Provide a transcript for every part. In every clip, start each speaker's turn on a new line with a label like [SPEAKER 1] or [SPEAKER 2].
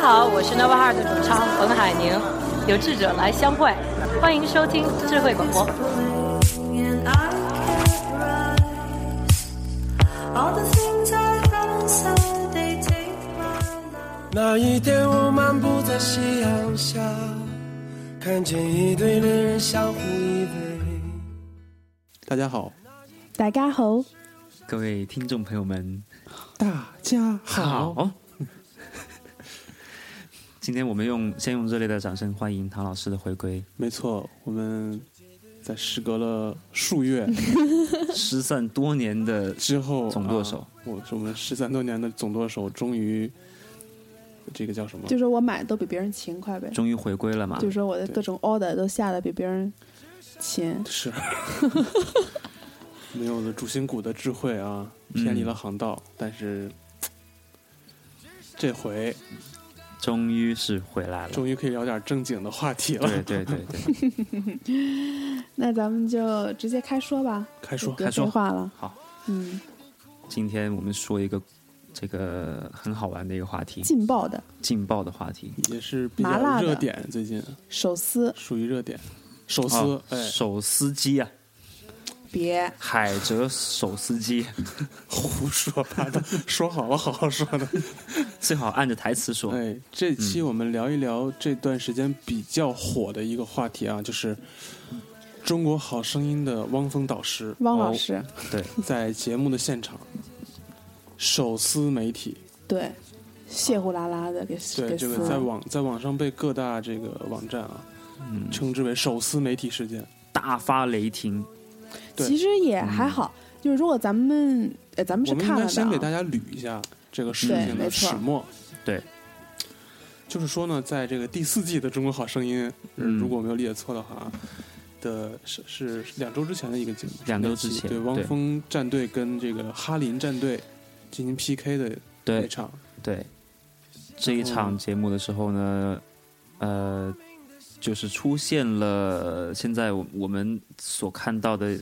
[SPEAKER 1] 好，我是 Nova Heart 的主唱冯海宁，有志者来相会，欢迎收听智慧广播。
[SPEAKER 2] 那一天，我漫步在夕阳下，看见一对恋人相互依偎。
[SPEAKER 3] 大家好，
[SPEAKER 4] 大家好，
[SPEAKER 5] 各位听众朋友们，
[SPEAKER 3] 大家好，
[SPEAKER 5] 好。 今天我们用先用热烈的掌声欢迎唐老师的回归，
[SPEAKER 3] 没错，我们在时隔了数 月
[SPEAKER 5] 失散多年的
[SPEAKER 3] 之后，
[SPEAKER 5] 总舵手
[SPEAKER 3] 啊我是我们十三多年的总舵手，终于这个叫什么？
[SPEAKER 4] 就说我买的都比别人勤快呗，
[SPEAKER 5] 终于回归了嘛？
[SPEAKER 4] 就说我的各种 order 都下的比别人勤。
[SPEAKER 3] 是 没有了主心骨的智慧啊，
[SPEAKER 5] 嗯
[SPEAKER 3] 偏离了航道，但是。这回
[SPEAKER 5] 终于是回来了。
[SPEAKER 3] 终于可以聊点正经的话题了，
[SPEAKER 5] 对对对对，
[SPEAKER 4] 那咱们就直接开说吧，
[SPEAKER 3] 开说
[SPEAKER 4] 别
[SPEAKER 5] 开
[SPEAKER 4] 废
[SPEAKER 5] 说
[SPEAKER 4] 话了。
[SPEAKER 5] 好，
[SPEAKER 4] 嗯，
[SPEAKER 5] 今天我们说一个这个很好玩的一个话题，
[SPEAKER 4] 劲爆的
[SPEAKER 5] 劲爆的话题，
[SPEAKER 3] 也是比
[SPEAKER 4] 麻辣
[SPEAKER 3] 较
[SPEAKER 4] 的
[SPEAKER 3] 热点，最近
[SPEAKER 4] 手撕，
[SPEAKER 3] 属于热点。手撕，
[SPEAKER 5] 哦
[SPEAKER 3] 哎，
[SPEAKER 5] 手撕鸡啊，
[SPEAKER 4] 别
[SPEAKER 5] 海蜇手撕鸡，
[SPEAKER 3] 胡说八道，说好了好好说的。
[SPEAKER 5] 最好按着台词说。
[SPEAKER 3] 哎，这期我们聊一聊这段时间比较火的一个话题啊，就是《中国好声音》的汪峰导师
[SPEAKER 4] 汪老师，
[SPEAKER 3] 哦
[SPEAKER 5] 对，
[SPEAKER 3] 在节目的现场手撕媒体，
[SPEAKER 4] 对，血呼啦啦的给
[SPEAKER 3] 对
[SPEAKER 4] 给
[SPEAKER 3] 这
[SPEAKER 4] 撕
[SPEAKER 3] 个在
[SPEAKER 4] 了。
[SPEAKER 3] 网在网上被各大这个网站啊
[SPEAKER 5] 嗯，
[SPEAKER 3] 称之为手撕媒体事件。
[SPEAKER 5] 大发雷霆，
[SPEAKER 3] 对嗯
[SPEAKER 4] 其实也还好，就是如果咱们呃咱们
[SPEAKER 3] 我
[SPEAKER 4] 是
[SPEAKER 3] 们
[SPEAKER 4] 看
[SPEAKER 3] 应
[SPEAKER 4] 了
[SPEAKER 3] 该
[SPEAKER 4] 的
[SPEAKER 3] 先给大
[SPEAKER 4] 啊，
[SPEAKER 3] 家捋一下这个事
[SPEAKER 4] 对
[SPEAKER 3] 情的
[SPEAKER 4] 没错
[SPEAKER 3] 始末。
[SPEAKER 5] 对，
[SPEAKER 3] 就是说呢，在这个第四季的《中国好声音》，
[SPEAKER 5] 嗯
[SPEAKER 3] 如果我没有理解错的话啊，的是是两周之前的一个节目，
[SPEAKER 5] 两周之前
[SPEAKER 3] 对汪
[SPEAKER 5] 对
[SPEAKER 3] 峰战队跟这个哈林战队进行 PK 的那
[SPEAKER 5] 对
[SPEAKER 3] 场，
[SPEAKER 5] 对，这一场节目的时候呢，呃，就是出现了现在我我们所看到的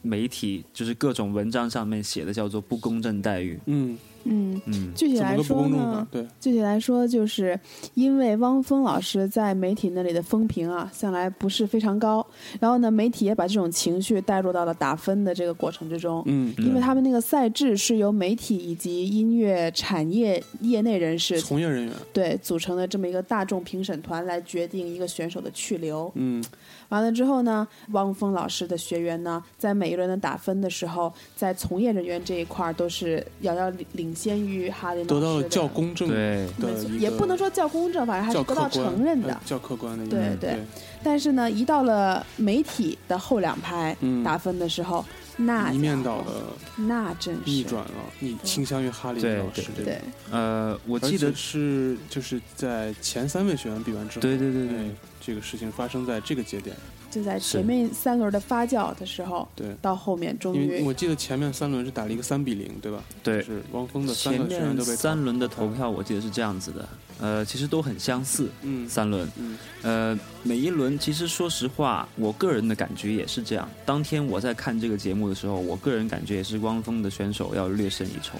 [SPEAKER 5] 媒体，就是各种文章上面写的叫做不公正待遇。
[SPEAKER 3] 嗯，
[SPEAKER 4] 嗯，
[SPEAKER 5] 嗯，
[SPEAKER 4] 具体
[SPEAKER 3] 怎么
[SPEAKER 4] 来
[SPEAKER 3] 个不
[SPEAKER 4] 说
[SPEAKER 3] 公正
[SPEAKER 4] 呢
[SPEAKER 3] 法？，对，
[SPEAKER 4] 具体来说，就是因为汪峰老师在媒体那里的风评啊，向来不是非常高。然后呢，媒体也把这种情绪带入到了打分的这个过程之中，
[SPEAKER 3] 嗯，
[SPEAKER 4] 因为他们那个赛制是由媒体以及音乐产业业内人士
[SPEAKER 3] 从业人员，
[SPEAKER 4] 对组成的这么一个大众评审团来决定一个选手的去留。
[SPEAKER 3] 嗯，
[SPEAKER 4] 完了之后呢，汪峰老师的学员呢，在每一轮的打分的时候，在从业人员这一块儿都是遥遥领领先于哈林老
[SPEAKER 3] 得
[SPEAKER 4] 师
[SPEAKER 3] 到了
[SPEAKER 4] 的
[SPEAKER 3] 较公正的
[SPEAKER 5] 对，
[SPEAKER 4] 没错
[SPEAKER 3] 一个，
[SPEAKER 4] 也不能说较公正，反正还
[SPEAKER 3] 较
[SPEAKER 4] 是
[SPEAKER 3] 客
[SPEAKER 4] 得
[SPEAKER 3] 观
[SPEAKER 4] 到承认的
[SPEAKER 3] 呃。较客观的一个，
[SPEAKER 4] 对
[SPEAKER 3] 对
[SPEAKER 4] 对，但是呢，一到了媒体的后两排
[SPEAKER 3] 嗯，
[SPEAKER 4] 打分的时候，那
[SPEAKER 3] 一面
[SPEAKER 4] 家
[SPEAKER 3] 倒
[SPEAKER 4] 伙
[SPEAKER 3] 的
[SPEAKER 4] 那真是
[SPEAKER 3] 逆转了，你倾向于哈林
[SPEAKER 5] 对
[SPEAKER 3] 老师这个
[SPEAKER 4] 对。
[SPEAKER 5] 呃，我记
[SPEAKER 3] 而
[SPEAKER 5] 得
[SPEAKER 3] 且，是就是在前三位学员比完之后，
[SPEAKER 5] 对对对
[SPEAKER 3] 哎
[SPEAKER 5] 对，
[SPEAKER 3] 这个事情发生在这个节点，
[SPEAKER 4] 就在
[SPEAKER 5] 是
[SPEAKER 4] 前面三轮的发酵的时候，
[SPEAKER 3] 对，
[SPEAKER 4] 到后面终
[SPEAKER 3] 因为
[SPEAKER 4] 于
[SPEAKER 3] 我记得前面三轮是打了一个三比零，对吧？
[SPEAKER 5] 对
[SPEAKER 3] 就是汪峰的三
[SPEAKER 5] 前
[SPEAKER 3] 个学员
[SPEAKER 5] 面
[SPEAKER 3] 都被
[SPEAKER 5] 三轮的投票，我记得是这样子的，呃，其实都很相似，
[SPEAKER 3] 嗯
[SPEAKER 5] 三轮，
[SPEAKER 3] 嗯
[SPEAKER 5] 呃，每一轮其实说实话，我个人的感觉也是这样。当天我在看这个节目的时候，我个人感觉也是汪峰的选手要略胜一筹。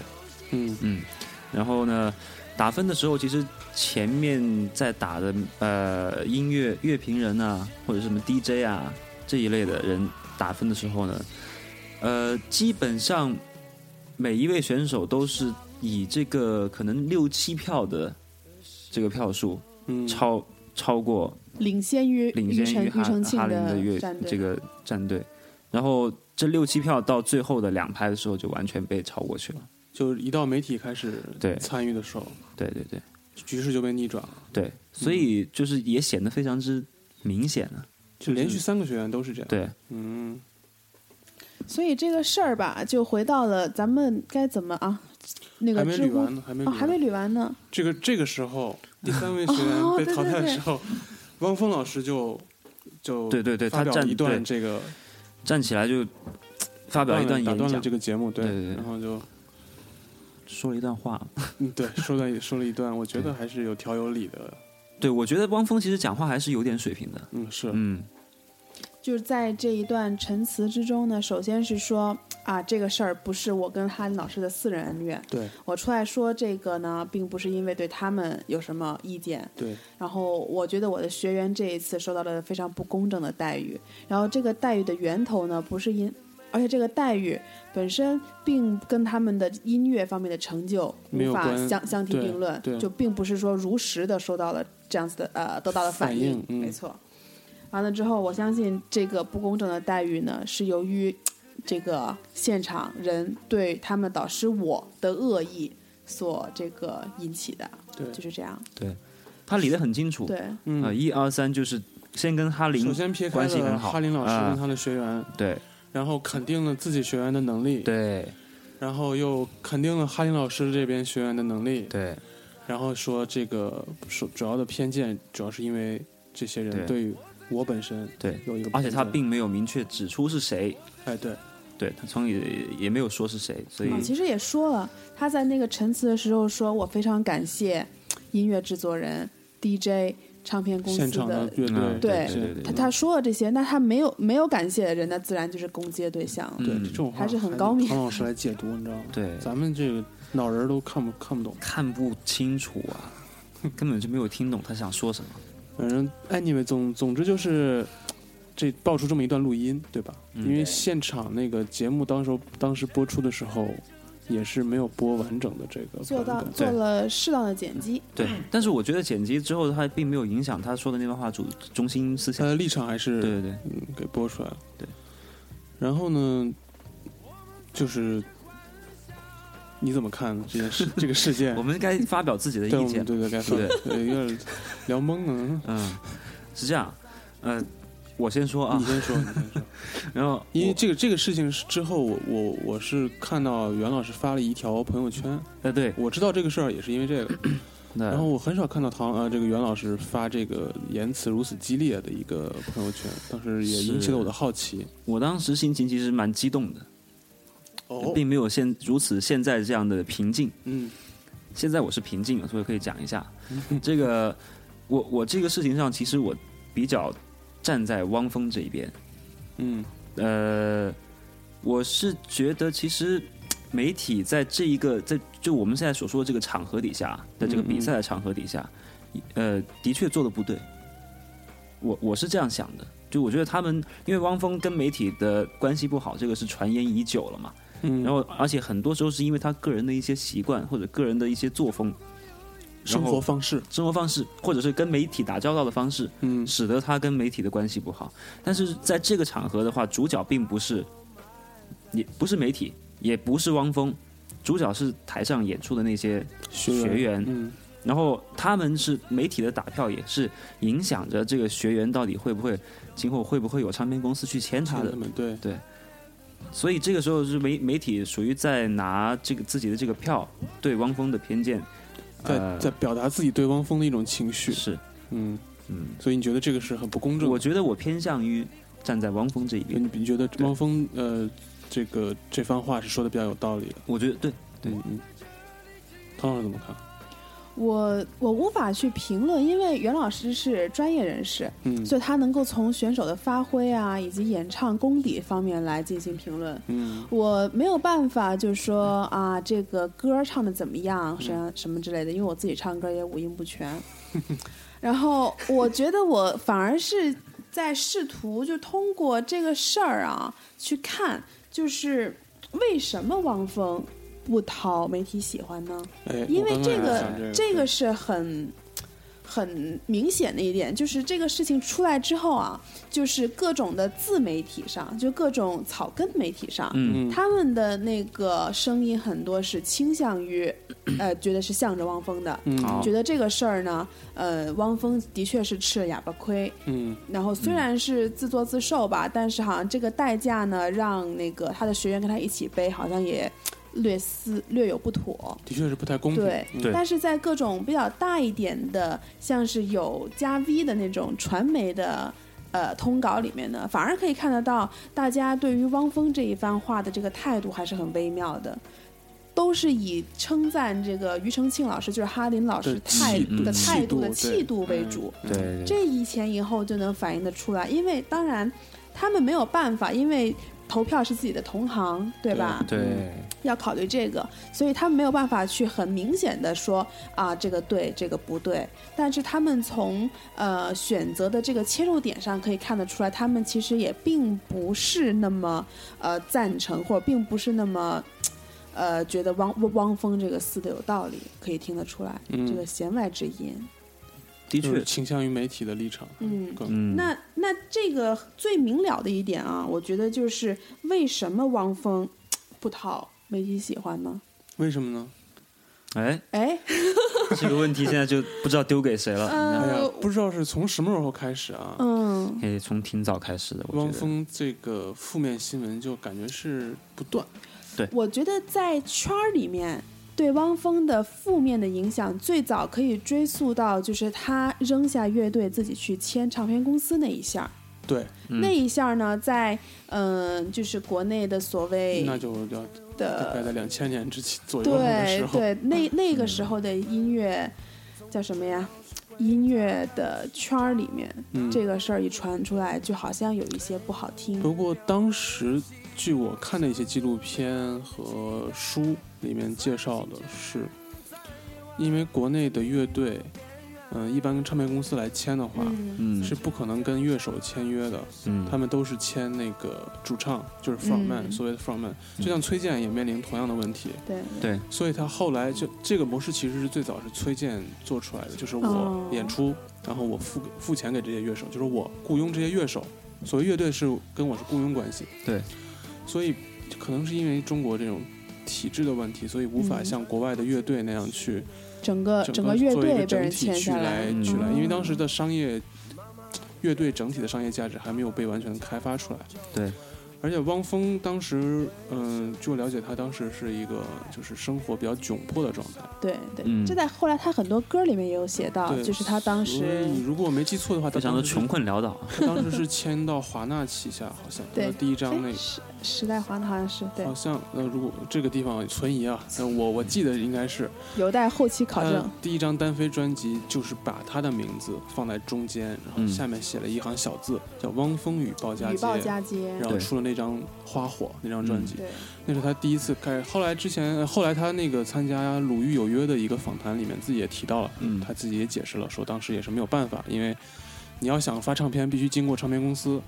[SPEAKER 3] 嗯
[SPEAKER 5] 嗯，然后呢，打分的时候，其实前面在打的呃音乐乐评人啊，或者什么 DJ 啊这一类的人打分的时候呢，呃，基本上每一位选手都是以这个可能六七票的这个票数
[SPEAKER 3] 嗯，
[SPEAKER 5] 超超过
[SPEAKER 4] 领先于
[SPEAKER 5] 领
[SPEAKER 4] 庾
[SPEAKER 5] 先
[SPEAKER 4] 澄
[SPEAKER 5] 于
[SPEAKER 4] 庾
[SPEAKER 5] 哈
[SPEAKER 4] 澄庆
[SPEAKER 5] 哈林的乐
[SPEAKER 4] 战队。
[SPEAKER 5] 这个战队，然后这六七票到最后的两拍的时候就完全被超过去了。
[SPEAKER 3] 就是一到媒体开始
[SPEAKER 5] 对
[SPEAKER 3] 参与的时候，
[SPEAKER 5] 对对对
[SPEAKER 3] 局势就被逆转了。
[SPEAKER 5] 对，所以就是也显得非常之明显了、
[SPEAKER 3] 就连续三个学员都是这样。，
[SPEAKER 5] 对，
[SPEAKER 3] 嗯，
[SPEAKER 4] 所以这个事儿吧，就回到了咱们该怎么啊？那
[SPEAKER 3] 还
[SPEAKER 4] 个
[SPEAKER 3] 没
[SPEAKER 4] 知
[SPEAKER 3] 捋
[SPEAKER 4] 乎
[SPEAKER 3] 完呢，还没捋
[SPEAKER 4] 哦，
[SPEAKER 3] 完
[SPEAKER 4] 还没捋完呢。
[SPEAKER 3] 这个这个时 候，第三位学
[SPEAKER 5] 哦
[SPEAKER 3] 员被
[SPEAKER 4] 对
[SPEAKER 3] 淘汰
[SPEAKER 4] 对
[SPEAKER 3] 的
[SPEAKER 4] 对
[SPEAKER 3] 时候，汪峰老师就就
[SPEAKER 5] 对对对，
[SPEAKER 3] 发
[SPEAKER 5] 他
[SPEAKER 3] 表
[SPEAKER 5] 站
[SPEAKER 3] 了一段
[SPEAKER 5] 对
[SPEAKER 3] 这个
[SPEAKER 5] 站起来就嘖发表一段
[SPEAKER 3] 打
[SPEAKER 5] 演
[SPEAKER 3] 断了
[SPEAKER 5] 讲，
[SPEAKER 3] 这个节目，对
[SPEAKER 5] 对对对
[SPEAKER 3] 然后就
[SPEAKER 5] 说了一段话。
[SPEAKER 3] 嗯，对，说了说了一段，我觉得还是有条有理的，
[SPEAKER 5] 对，我觉得汪峰其实讲话还是有点水平的。
[SPEAKER 3] 嗯，是，
[SPEAKER 5] 嗯，
[SPEAKER 4] 就是在这一段陈词之中呢，首先是说啊，这个事儿不是我跟哈林老师的私人恩怨，
[SPEAKER 3] 对
[SPEAKER 4] 我出来说这个呢，并不是因为对他们有什么意见，
[SPEAKER 3] 对，
[SPEAKER 4] 然后我觉得我的学员这一次受到了非常不公正的待遇，然后这个待遇的源头呢，不是因，而且这个待遇本身并跟他们的音乐方面的成就
[SPEAKER 3] 没有
[SPEAKER 4] 无法
[SPEAKER 3] 关
[SPEAKER 4] 相相提
[SPEAKER 3] 对
[SPEAKER 4] 并论
[SPEAKER 3] 对，
[SPEAKER 4] 就并不是说如实的收到了这样子的呃得到了
[SPEAKER 3] 反
[SPEAKER 4] 反
[SPEAKER 3] 应嗯
[SPEAKER 4] 没错。完了之后，我相信这个不公正的待遇呢，是由于这个现场人对他们导师我的恶意所这个引起的，
[SPEAKER 3] 对
[SPEAKER 4] 就是这样，
[SPEAKER 5] 他理得很清楚。
[SPEAKER 4] 对。
[SPEAKER 3] 嗯
[SPEAKER 5] 啊，一二三就是先跟哈林
[SPEAKER 3] 首先撇开
[SPEAKER 5] 关系
[SPEAKER 3] 了
[SPEAKER 5] 很好
[SPEAKER 3] 哈林老师
[SPEAKER 5] 啊
[SPEAKER 3] 跟他的学员，
[SPEAKER 5] 对
[SPEAKER 3] 然后肯定了自己学员的能力，
[SPEAKER 5] 对
[SPEAKER 3] 然后又肯定了哈林老师这边学员的能力，
[SPEAKER 5] 对
[SPEAKER 3] 然后说这个主主要的偏见主要是因为这些人对
[SPEAKER 5] 对
[SPEAKER 3] 于我本身
[SPEAKER 5] 对，
[SPEAKER 3] 有一个偏见，
[SPEAKER 5] 而且他并没有明确指出是谁，
[SPEAKER 3] 哎对
[SPEAKER 5] 对他从也也没有说是谁，所以
[SPEAKER 4] 啊，其实也说了，他在那个陈词的时候说，我非常感谢音乐制作人、DJ、唱片公
[SPEAKER 3] 现
[SPEAKER 4] 司
[SPEAKER 3] 场
[SPEAKER 4] 的。
[SPEAKER 3] 乐队
[SPEAKER 5] 嗯
[SPEAKER 4] 对
[SPEAKER 3] 这
[SPEAKER 5] 对对对
[SPEAKER 4] 他他说了这些，那他没有没有感谢的人，那自然就是攻击的对象了。
[SPEAKER 3] 对
[SPEAKER 5] 嗯
[SPEAKER 3] 这种话
[SPEAKER 4] 还是很高明
[SPEAKER 3] 唐老师来解读，你知道吗？
[SPEAKER 5] 对
[SPEAKER 3] 咱们这个老人都看不看不懂。
[SPEAKER 5] 看不清楚啊，根本就没有听懂他想说什么。
[SPEAKER 3] 反正 anyway，总总之就是这爆出这么一段录音，对吧？
[SPEAKER 5] 嗯
[SPEAKER 3] 因为
[SPEAKER 5] 对
[SPEAKER 3] 现场那个节目当时候当时播出的时候，也是没有播完整的这个
[SPEAKER 4] 做到
[SPEAKER 3] 版本。
[SPEAKER 4] 做了适当的剪辑，
[SPEAKER 5] 对，
[SPEAKER 3] 嗯
[SPEAKER 5] 但是我觉得剪辑之后，他并没有影响他说的那段话主中心思
[SPEAKER 3] 他
[SPEAKER 5] 想。
[SPEAKER 3] 的立场还呃是
[SPEAKER 5] 对对对，
[SPEAKER 3] 嗯给播出来了。
[SPEAKER 5] 对，
[SPEAKER 3] 然后呢，就是你怎么看这件 事这个事件
[SPEAKER 5] 我？们该发表自己 的
[SPEAKER 3] 对，我
[SPEAKER 5] 意
[SPEAKER 3] 们
[SPEAKER 5] 见。
[SPEAKER 3] 对对该说
[SPEAKER 5] 对
[SPEAKER 3] 对，有点聊懵了。
[SPEAKER 5] 嗯，是这样，呃，我先说啊
[SPEAKER 3] 你，先说，你先 说。
[SPEAKER 5] 然后
[SPEAKER 3] 嗯因为
[SPEAKER 5] 我
[SPEAKER 3] 这个这个事情是之后我，我我是看到袁老师发了一条朋友圈，
[SPEAKER 5] 呃对，
[SPEAKER 3] 我知道这个事儿也是因为这
[SPEAKER 5] 嗯
[SPEAKER 3] 个。
[SPEAKER 5] 那
[SPEAKER 3] 然后我很少看到唐呃这个袁老师发这个言辞如此激烈的一个朋友圈，当时也引起了我的好奇。
[SPEAKER 5] 我当时心情其实蛮激动的，
[SPEAKER 3] 哦
[SPEAKER 5] 嗯并没有现如此现在这样的平静。
[SPEAKER 3] 嗯
[SPEAKER 5] 现在我是平静了，所以可以讲 一下这个。我我这个事情上，其实我比较站在汪峰这一边。
[SPEAKER 3] 嗯
[SPEAKER 5] 呃，我是觉得其实媒体在这一个在就我们现在所说的这个场合底下，在这个比赛的场合底下，呃，的确做的不对。我我是这样想的，就我觉得他们因为汪峰跟媒体的关系不好，这个是传言已久了嘛。
[SPEAKER 3] 嗯，
[SPEAKER 5] 然后而且很多时候是因为他个人的一些习惯或者个人的一些作风、
[SPEAKER 3] 生活方式，
[SPEAKER 5] 生活方式，或者是跟媒体打交道的方式，
[SPEAKER 3] 嗯
[SPEAKER 5] 使得他跟媒体的关系不好。但是在这个场合的话，主角并不是，也不是媒体，也不是汪峰，主角是台上演出的那些。
[SPEAKER 3] 学
[SPEAKER 5] 学员
[SPEAKER 3] 嗯
[SPEAKER 5] 然后他们是媒体的打票，也是影响着这个学员到底会不会今后会不会有唱片公司去签他
[SPEAKER 3] 他
[SPEAKER 5] 的。
[SPEAKER 3] 们对
[SPEAKER 5] 所以这个时候是媒媒体属于在拿这个自己的这个票对汪峰的偏见，
[SPEAKER 3] 在
[SPEAKER 5] 呃
[SPEAKER 3] 在表达自己对汪峰的一种情绪，
[SPEAKER 5] 是
[SPEAKER 3] 嗯，
[SPEAKER 5] 嗯，
[SPEAKER 3] 所以你觉得这个是很不公正的？嗯
[SPEAKER 5] 我觉得我偏向于站在汪峰这一边。
[SPEAKER 3] 你你觉得汪峰呃这个这番话是说的比较有道理的？
[SPEAKER 5] 我觉得对，对
[SPEAKER 3] 嗯嗯，唐老师怎么看？
[SPEAKER 4] 我我无法去评论，因为袁老师是专业人士，
[SPEAKER 3] 嗯
[SPEAKER 4] 所以他能够从选手的发挥啊，以及演唱功底方面来进行评论。
[SPEAKER 3] 嗯
[SPEAKER 4] 我没有办法就说啊，这个歌唱的怎么样，什
[SPEAKER 3] 嗯
[SPEAKER 4] 么什么之类的，因为我自己唱歌也五音不全。 然后我觉得我反而是在试图就通过这个事儿啊，去看就是为什么汪峰不讨媒体喜欢呢？
[SPEAKER 3] 哎，
[SPEAKER 4] 因为
[SPEAKER 3] 我刚刚
[SPEAKER 4] 这
[SPEAKER 3] 也
[SPEAKER 4] 个
[SPEAKER 3] 想这
[SPEAKER 4] 这个是很很明显的一点，就是这个事情出来之后啊，就是各种的自媒体上，就各种草根媒体上，
[SPEAKER 5] 嗯，
[SPEAKER 3] 嗯，
[SPEAKER 4] 他们的那个声音很多是倾向于，呃，觉得是向着汪峰的，
[SPEAKER 3] 嗯
[SPEAKER 5] 好
[SPEAKER 4] 觉得这个事儿呢，呃，汪峰的确是吃了哑巴亏，
[SPEAKER 3] 嗯
[SPEAKER 4] 然后虽然是自作自受吧，但是好像这个代价呢，让那个他的学员跟他一起背，好像也略思略有不妥。
[SPEAKER 3] 的确是不太公平。
[SPEAKER 4] 对
[SPEAKER 3] 嗯
[SPEAKER 5] 对
[SPEAKER 4] 但是在各种比较大一点的，像是有加 V 的那种传媒的呃通稿里面呢，反而可以看得到大家对于汪峰这一番话的这个态度还是很微妙的。都是以称赞这个庾澄庆老师，就是哈林老师
[SPEAKER 3] 的
[SPEAKER 4] 态
[SPEAKER 3] 气
[SPEAKER 5] 度
[SPEAKER 4] 的
[SPEAKER 3] 气
[SPEAKER 4] 态度
[SPEAKER 3] 度
[SPEAKER 4] 的
[SPEAKER 3] 对
[SPEAKER 4] 气度为
[SPEAKER 3] 嗯
[SPEAKER 4] 主，
[SPEAKER 5] 对，
[SPEAKER 4] 这一前一后就能反映得出来。因为当然，他们没有办法，因为投票是自己的同行，对吧？
[SPEAKER 5] 对，
[SPEAKER 4] 要考虑这个，所以他们没有办法去很明显的说啊这个对，这个不对。但是他们从呃选择的这个切入点上可以看得出来，他们其实也并不是那么呃赞成，或者并不是那么。呃，觉得汪汪汪峰这个撕的有道理，可以听得出来，
[SPEAKER 3] 嗯
[SPEAKER 4] 这个弦外之音。
[SPEAKER 5] 的
[SPEAKER 3] 就是
[SPEAKER 5] 确，
[SPEAKER 3] 倾向于媒体的立场。
[SPEAKER 4] 嗯
[SPEAKER 3] 更
[SPEAKER 5] 嗯，
[SPEAKER 4] 那那这个最明了的一点啊，我觉得就是为什么汪峰不讨媒体喜欢呢？
[SPEAKER 3] 为什么呢？
[SPEAKER 5] 哎，
[SPEAKER 4] 哎，
[SPEAKER 5] 这个问题现在就不知道丢给谁了。
[SPEAKER 4] 呃
[SPEAKER 3] 哎
[SPEAKER 5] 那
[SPEAKER 3] 呀，不知道是从什么时候开始啊？
[SPEAKER 4] 嗯，
[SPEAKER 5] 可以从挺早开始的，我觉得
[SPEAKER 3] 汪峰这个负面新闻就感觉是不断，
[SPEAKER 4] 我觉得在圈儿里面对汪峰的负面的影响，最早可以追溯到就是他扔下乐队自己去签唱片公司那一下儿。
[SPEAKER 3] 对，
[SPEAKER 5] 嗯
[SPEAKER 4] 那一下儿呢，在嗯、呃就是国内的所谓
[SPEAKER 3] 那就要大概
[SPEAKER 4] 的
[SPEAKER 3] 在两千年之前左右的时
[SPEAKER 4] 对
[SPEAKER 3] 候，嗯
[SPEAKER 4] 对，那那个时候的音乐叫什么呀？音乐的圈儿里面，
[SPEAKER 3] 嗯，
[SPEAKER 4] 这个事儿一传出来，就好像有一些不好听。
[SPEAKER 3] 不过当时据我看的一些纪录片和书里面介绍的是，因为国内的乐队，嗯、一般跟唱片公司来签的话，
[SPEAKER 4] 嗯
[SPEAKER 5] 嗯
[SPEAKER 3] 是不可能跟乐手签约的，
[SPEAKER 5] 嗯
[SPEAKER 3] 他们都是签那个主唱，就是 frontman，、
[SPEAKER 4] 嗯
[SPEAKER 3] 所谓的 frontman。就像崔健也面临同样的问题，
[SPEAKER 4] 对
[SPEAKER 5] 对
[SPEAKER 3] 所以他后来就这个模式其实是最早是崔健做出来的，就是我
[SPEAKER 4] 哦
[SPEAKER 3] 演出，然后我付付钱给这些乐手，就是我雇佣这些乐手。所谓乐队是跟我是雇佣关系，
[SPEAKER 5] 对，
[SPEAKER 3] 所以可能是因为中国这种体制的问题，所以无法
[SPEAKER 4] 嗯
[SPEAKER 3] 像国外的乐队那样去
[SPEAKER 4] 呃整个
[SPEAKER 3] 整
[SPEAKER 4] 个乐
[SPEAKER 3] 做一个
[SPEAKER 4] 队被
[SPEAKER 3] 整
[SPEAKER 4] 人
[SPEAKER 3] 体
[SPEAKER 4] 签
[SPEAKER 3] 去
[SPEAKER 4] 下
[SPEAKER 3] 来
[SPEAKER 5] 嗯
[SPEAKER 3] 去来，
[SPEAKER 4] 哦
[SPEAKER 3] 因为当时的商业乐队整体的商业价值还没有被完全开发出来。
[SPEAKER 5] 对，
[SPEAKER 3] 而且汪峰当时，嗯、据我了解，他当时是一个就是生活比较窘迫的状态。
[SPEAKER 4] 对对，
[SPEAKER 5] 嗯
[SPEAKER 4] 这在后来他很多歌里面也有写到，
[SPEAKER 3] 对
[SPEAKER 4] 就是他当
[SPEAKER 3] 所以
[SPEAKER 4] 时
[SPEAKER 3] 你如果我没记错的话，他
[SPEAKER 5] 非常
[SPEAKER 3] 当
[SPEAKER 5] 的
[SPEAKER 3] 时是
[SPEAKER 5] 穷。困潦倒。啊
[SPEAKER 3] 他当时是签到华纳旗下，好像
[SPEAKER 4] 对
[SPEAKER 3] 他的第一张那
[SPEAKER 4] 哎时时代华纳好像是对
[SPEAKER 3] 好像呃，如果这个地方存疑啊，那我我记得应该是
[SPEAKER 4] 有待后期考
[SPEAKER 3] 他
[SPEAKER 4] 证。
[SPEAKER 3] 第一张单飞专辑就是把他的名字放在中间，然后
[SPEAKER 5] 嗯
[SPEAKER 3] 下面写了一行小字，叫“汪峰与鲍家嗯
[SPEAKER 4] 语
[SPEAKER 3] 街
[SPEAKER 4] 报”，佳节，
[SPEAKER 3] 然后出了那张《花火》那张专辑，
[SPEAKER 4] 对
[SPEAKER 3] 那是他第一次开始。后来之前，呃后来他那个参加《鲁豫有约》的一个访谈里面，自己也提到了，
[SPEAKER 5] 嗯
[SPEAKER 3] 他自己也解释了，说当时也是没有办法，因为你要想发唱片，必须经过唱片公司。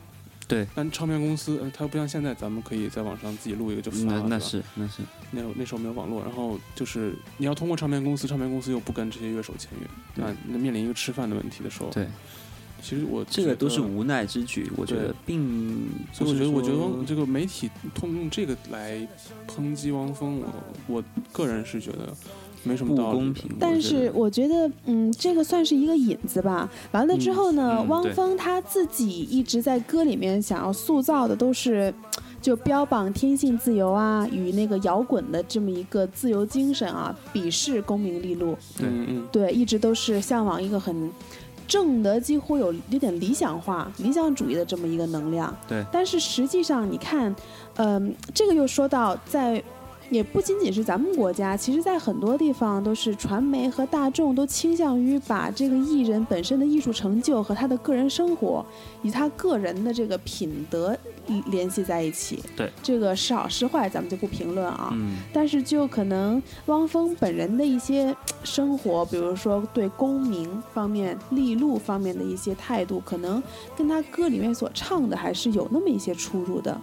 [SPEAKER 5] 对，
[SPEAKER 3] 但唱片公司，呃它不像现在咱们可以在网上自己录一个就发
[SPEAKER 5] 那
[SPEAKER 3] 了，
[SPEAKER 5] 那
[SPEAKER 3] 对吧
[SPEAKER 5] 是那是，
[SPEAKER 3] 那那时候没有网络，然后就是你要通过唱片公司，唱片公司又不跟这些乐手签约，
[SPEAKER 5] 对
[SPEAKER 3] 那那面临一个吃饭的问题的时候，
[SPEAKER 5] 对，
[SPEAKER 3] 其实我
[SPEAKER 5] 这个都是
[SPEAKER 3] 觉得
[SPEAKER 5] 无奈之举，我觉得
[SPEAKER 3] 对
[SPEAKER 5] 并不
[SPEAKER 3] 所以
[SPEAKER 5] 是
[SPEAKER 3] 我觉得，我觉得
[SPEAKER 5] 说
[SPEAKER 3] 汪这个媒体通用这个来抨击汪峰，我我个人是觉得没什么
[SPEAKER 5] 不
[SPEAKER 3] 道理的
[SPEAKER 5] 公平
[SPEAKER 4] 但
[SPEAKER 5] 我觉得
[SPEAKER 4] 是我觉得，嗯，这个算是一个引子吧。完了之后呢，
[SPEAKER 5] 嗯嗯
[SPEAKER 4] 汪
[SPEAKER 5] 对
[SPEAKER 4] 峰他自己一直在歌里面想要塑造的都是，就标榜天性自由啊，与那个摇滚的这么一个自由精神啊，鄙视功名利禄。
[SPEAKER 3] 嗯嗯，
[SPEAKER 4] 对，一直都是向往一个很正的，几乎有有点理想化、理想主义的这么一个能量。
[SPEAKER 5] 对
[SPEAKER 4] 但是实际上你看，嗯、这个又说到在。也不仅仅是咱们国家，其实在很多地方都是传媒和大众都倾向于把这个艺人本身的艺术成就和他的个人生活，以他个人的这个品德联系在一起。
[SPEAKER 5] 对，
[SPEAKER 4] 这个是好是坏咱们就不评论啊。
[SPEAKER 5] 嗯，
[SPEAKER 4] 但是就可能汪峰本人的一些生活，比如说对功名方面、利禄方面的一些态度，可能跟他歌里面所唱的还是有那么一些出入的。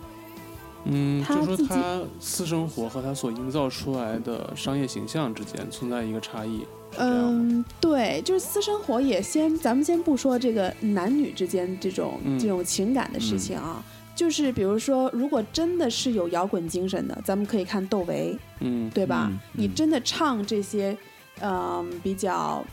[SPEAKER 3] 嗯，
[SPEAKER 4] 他
[SPEAKER 3] 就说
[SPEAKER 4] 自己
[SPEAKER 3] 他私生活和他所营造出来的商业形象之间存在一个差异，是这样吗？
[SPEAKER 4] 嗯，对，就是私生活也先，咱们先不说这个男女之间这种、
[SPEAKER 3] 嗯
[SPEAKER 4] 这种情感的事情啊。就是比如说，如果真的是有摇滚精神的，咱们可以看窦唯，
[SPEAKER 3] 嗯，
[SPEAKER 4] 对吧？
[SPEAKER 5] 嗯
[SPEAKER 4] 你
[SPEAKER 5] 嗯
[SPEAKER 4] 真的唱这些，嗯、比较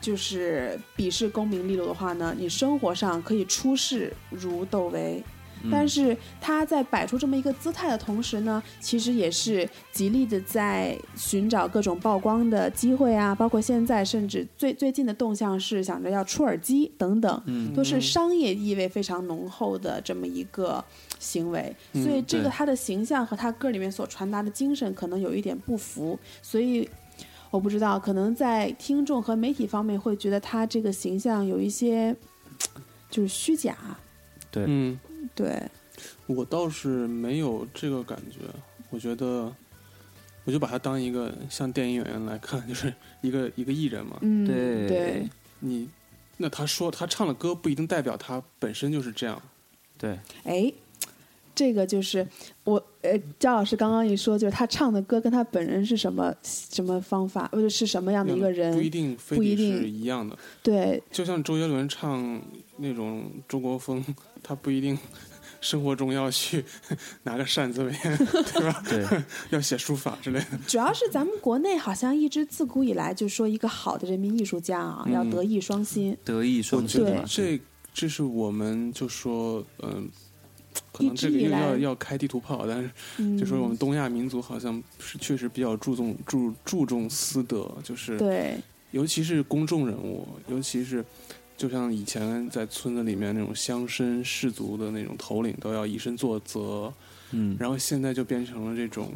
[SPEAKER 4] 就是鄙视功名利禄的话呢，你生活上可以出世如窦唯，
[SPEAKER 5] 嗯
[SPEAKER 4] 但是他在摆出这么一个姿态的同时呢，其实也是极力的在寻找各种曝光的机会啊，包括现在甚至最最近的动向是想着要出耳机等等，
[SPEAKER 5] 嗯
[SPEAKER 4] 都是商业意味非常浓厚的这么一个行为，
[SPEAKER 3] 嗯
[SPEAKER 4] 所以这个
[SPEAKER 5] 对
[SPEAKER 4] 他的形象和他歌里面所传达的精神可能有一点不符，所以我不知道，可能在听众和媒体方面会觉得他这个形象有一些就是虚假，
[SPEAKER 5] 对啊
[SPEAKER 3] 嗯，
[SPEAKER 4] 对，
[SPEAKER 3] 我倒是没有这个感觉，我觉得，我就把它当一个像电影演员来看， 就是一个一个艺人嘛。
[SPEAKER 4] 嗯，
[SPEAKER 5] 对
[SPEAKER 4] 对
[SPEAKER 3] 你，那他说他唱的歌不一定代表他本身就是这样。
[SPEAKER 5] 对，
[SPEAKER 4] 哎，这个就是我呃，焦老师刚刚一说，就是他唱的歌跟他本人是什么什么方法，或者是什么样的嗯一个
[SPEAKER 3] 不一
[SPEAKER 4] 人，
[SPEAKER 3] 定非
[SPEAKER 4] 不一
[SPEAKER 3] 得
[SPEAKER 4] 定
[SPEAKER 3] 是一样的。
[SPEAKER 4] 对
[SPEAKER 3] 就像周杰伦唱那种中国风，他不一定生活中要去 拿个扇子边， 对吧？
[SPEAKER 5] 对，
[SPEAKER 3] 要写书法之类的。
[SPEAKER 4] 主要是咱们国内好像一直自古以来就说一个好的人民艺术家啊，
[SPEAKER 3] 嗯
[SPEAKER 4] 要德艺双馨，
[SPEAKER 5] 德艺双
[SPEAKER 4] 觉
[SPEAKER 5] 馨
[SPEAKER 4] 得
[SPEAKER 5] 嘛，
[SPEAKER 3] 这这是我们就说，嗯、可
[SPEAKER 4] 一
[SPEAKER 3] 能这
[SPEAKER 4] 直
[SPEAKER 3] 个
[SPEAKER 4] 以
[SPEAKER 3] 又
[SPEAKER 4] 来
[SPEAKER 3] 要要开地图炮，但是
[SPEAKER 4] 嗯，
[SPEAKER 3] 就说我们东亚民族好像是确实比较注重注注重私德，就是
[SPEAKER 4] 对
[SPEAKER 3] 尤其是公众人物，尤其是就像以前在村子里面那种乡绅士族的那种头领都要以身作则，
[SPEAKER 5] 嗯，
[SPEAKER 3] 然后现在就变成了这种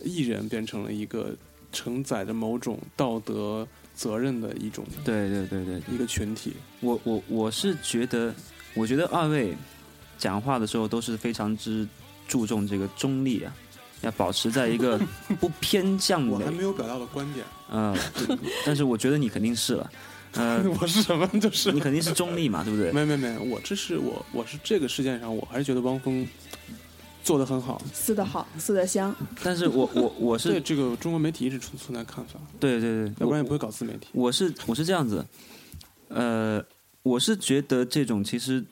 [SPEAKER 3] 艺人变成了一个承载着某种道德责任的一种
[SPEAKER 5] 对对对对对
[SPEAKER 3] 一个群体。
[SPEAKER 5] 我我我是觉得，我觉得二位讲话的时候都是非常之注重这个中立啊，要保持在一个不偏向
[SPEAKER 3] 我
[SPEAKER 5] 美
[SPEAKER 3] 还，没有表达我的观点，
[SPEAKER 5] 嗯、对但是我觉得你肯定是了，呃，
[SPEAKER 3] 我是什么就是
[SPEAKER 5] 你肯定是中立嘛，对不对？
[SPEAKER 3] 没没没，我这是我我是这个事件上，我还是觉得汪峰做的很好。
[SPEAKER 4] 撕得好，撕得香，
[SPEAKER 5] 但是我我我
[SPEAKER 3] 对
[SPEAKER 5] 是
[SPEAKER 3] 这个中国媒体一直存存在看法，
[SPEAKER 5] 对对对，
[SPEAKER 3] 要不然也不会
[SPEAKER 5] 我
[SPEAKER 3] 搞自媒体。
[SPEAKER 5] 我是我是这样子，呃，我是觉得这种其实，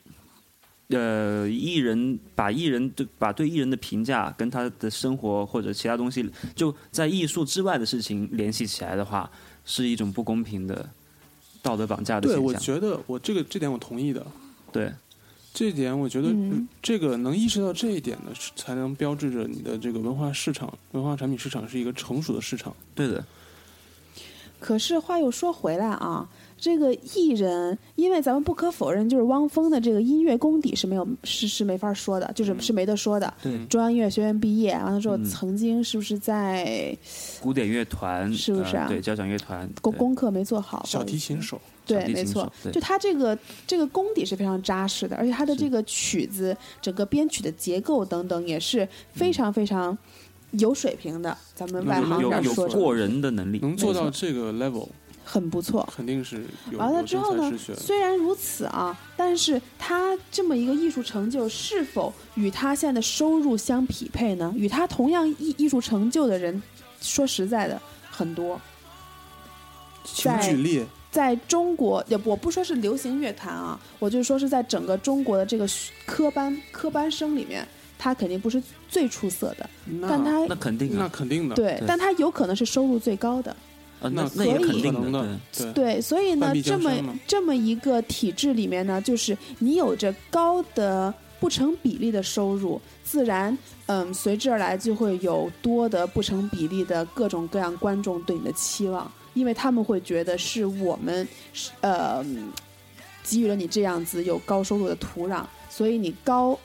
[SPEAKER 5] 呃，艺人把艺人对把对艺人的评价跟他的生活或者其他东西，就在艺术之外的事情联系起来的话，是一种不公平的道德绑架的
[SPEAKER 3] 对，我
[SPEAKER 5] 现象。
[SPEAKER 3] 觉得我这个这点我同意的，
[SPEAKER 5] 对
[SPEAKER 3] 这一点我觉得、
[SPEAKER 4] 嗯
[SPEAKER 3] 这个能意识到这一点的，是才能标志着你的这个文化市场、文化产品市场是一个成熟的市场。
[SPEAKER 5] 对的，
[SPEAKER 4] 可是话又说回来啊，这个艺人，因为咱们不可否认，就是汪峰的这个音乐功底是没有是是没法说的，
[SPEAKER 3] 嗯
[SPEAKER 4] 就是是没得说的。
[SPEAKER 5] 对
[SPEAKER 4] 中央音乐学院毕业，完了之后
[SPEAKER 5] 嗯
[SPEAKER 4] 曾经是不是在
[SPEAKER 5] 古典乐团
[SPEAKER 4] 是不是啊
[SPEAKER 5] 呃对交响乐团，
[SPEAKER 4] 功
[SPEAKER 5] 对
[SPEAKER 4] 功课没做好？
[SPEAKER 3] 小提琴手，
[SPEAKER 4] 对
[SPEAKER 5] 小，提
[SPEAKER 4] 没
[SPEAKER 5] 琴
[SPEAKER 4] 错
[SPEAKER 5] 手，对
[SPEAKER 4] 就他这个这个功底是非常扎实的，而且他的
[SPEAKER 5] 是
[SPEAKER 4] 这个曲子、整个编曲的结构等等也是非常非常有水平的。咱们外
[SPEAKER 3] 有
[SPEAKER 4] 行
[SPEAKER 5] 嗯有
[SPEAKER 4] 点
[SPEAKER 5] 有
[SPEAKER 4] 说着
[SPEAKER 5] 过人的能力，
[SPEAKER 3] 能做
[SPEAKER 5] 没
[SPEAKER 3] 到
[SPEAKER 5] 错
[SPEAKER 3] 这个 level，
[SPEAKER 4] 很不错。
[SPEAKER 3] 肯定是有
[SPEAKER 4] 完了之后
[SPEAKER 3] 有
[SPEAKER 4] 呢
[SPEAKER 3] 真才实学，的。
[SPEAKER 4] 虽然如此啊，但是他这么一个艺术成就是否与他现在的收入相匹配呢？与他同样艺艺术成就的人，说实在的很多，
[SPEAKER 3] 请
[SPEAKER 4] 在
[SPEAKER 3] 举例，
[SPEAKER 4] 在中国也我不说是流行乐坛啊，我就说是在整个中国的这个学科班科班生里面，他肯定不是最出色的，但
[SPEAKER 3] 啊那
[SPEAKER 4] 他
[SPEAKER 5] 那肯定
[SPEAKER 3] 那
[SPEAKER 5] 啊，
[SPEAKER 3] 肯定的，
[SPEAKER 4] 对
[SPEAKER 5] 对，
[SPEAKER 4] 但他有可能是收入最高的。
[SPEAKER 5] 呃那
[SPEAKER 3] 那
[SPEAKER 5] 那也
[SPEAKER 4] 可
[SPEAKER 3] 可
[SPEAKER 4] 以
[SPEAKER 5] 肯定
[SPEAKER 3] 能
[SPEAKER 5] 的
[SPEAKER 3] 的，，对。
[SPEAKER 4] 对，所以呢
[SPEAKER 3] 半壁，
[SPEAKER 4] 这
[SPEAKER 3] 江
[SPEAKER 4] 么
[SPEAKER 3] 山嘛
[SPEAKER 4] 这么一个体制里面呢，就是你有着高的不成比例的收入，自然，嗯，随之而来就会有多的不成比例的各种各样观众对你的期望，因为他们会觉得是我们，是呃，给予了你这样子有高收入的土壤，所以你高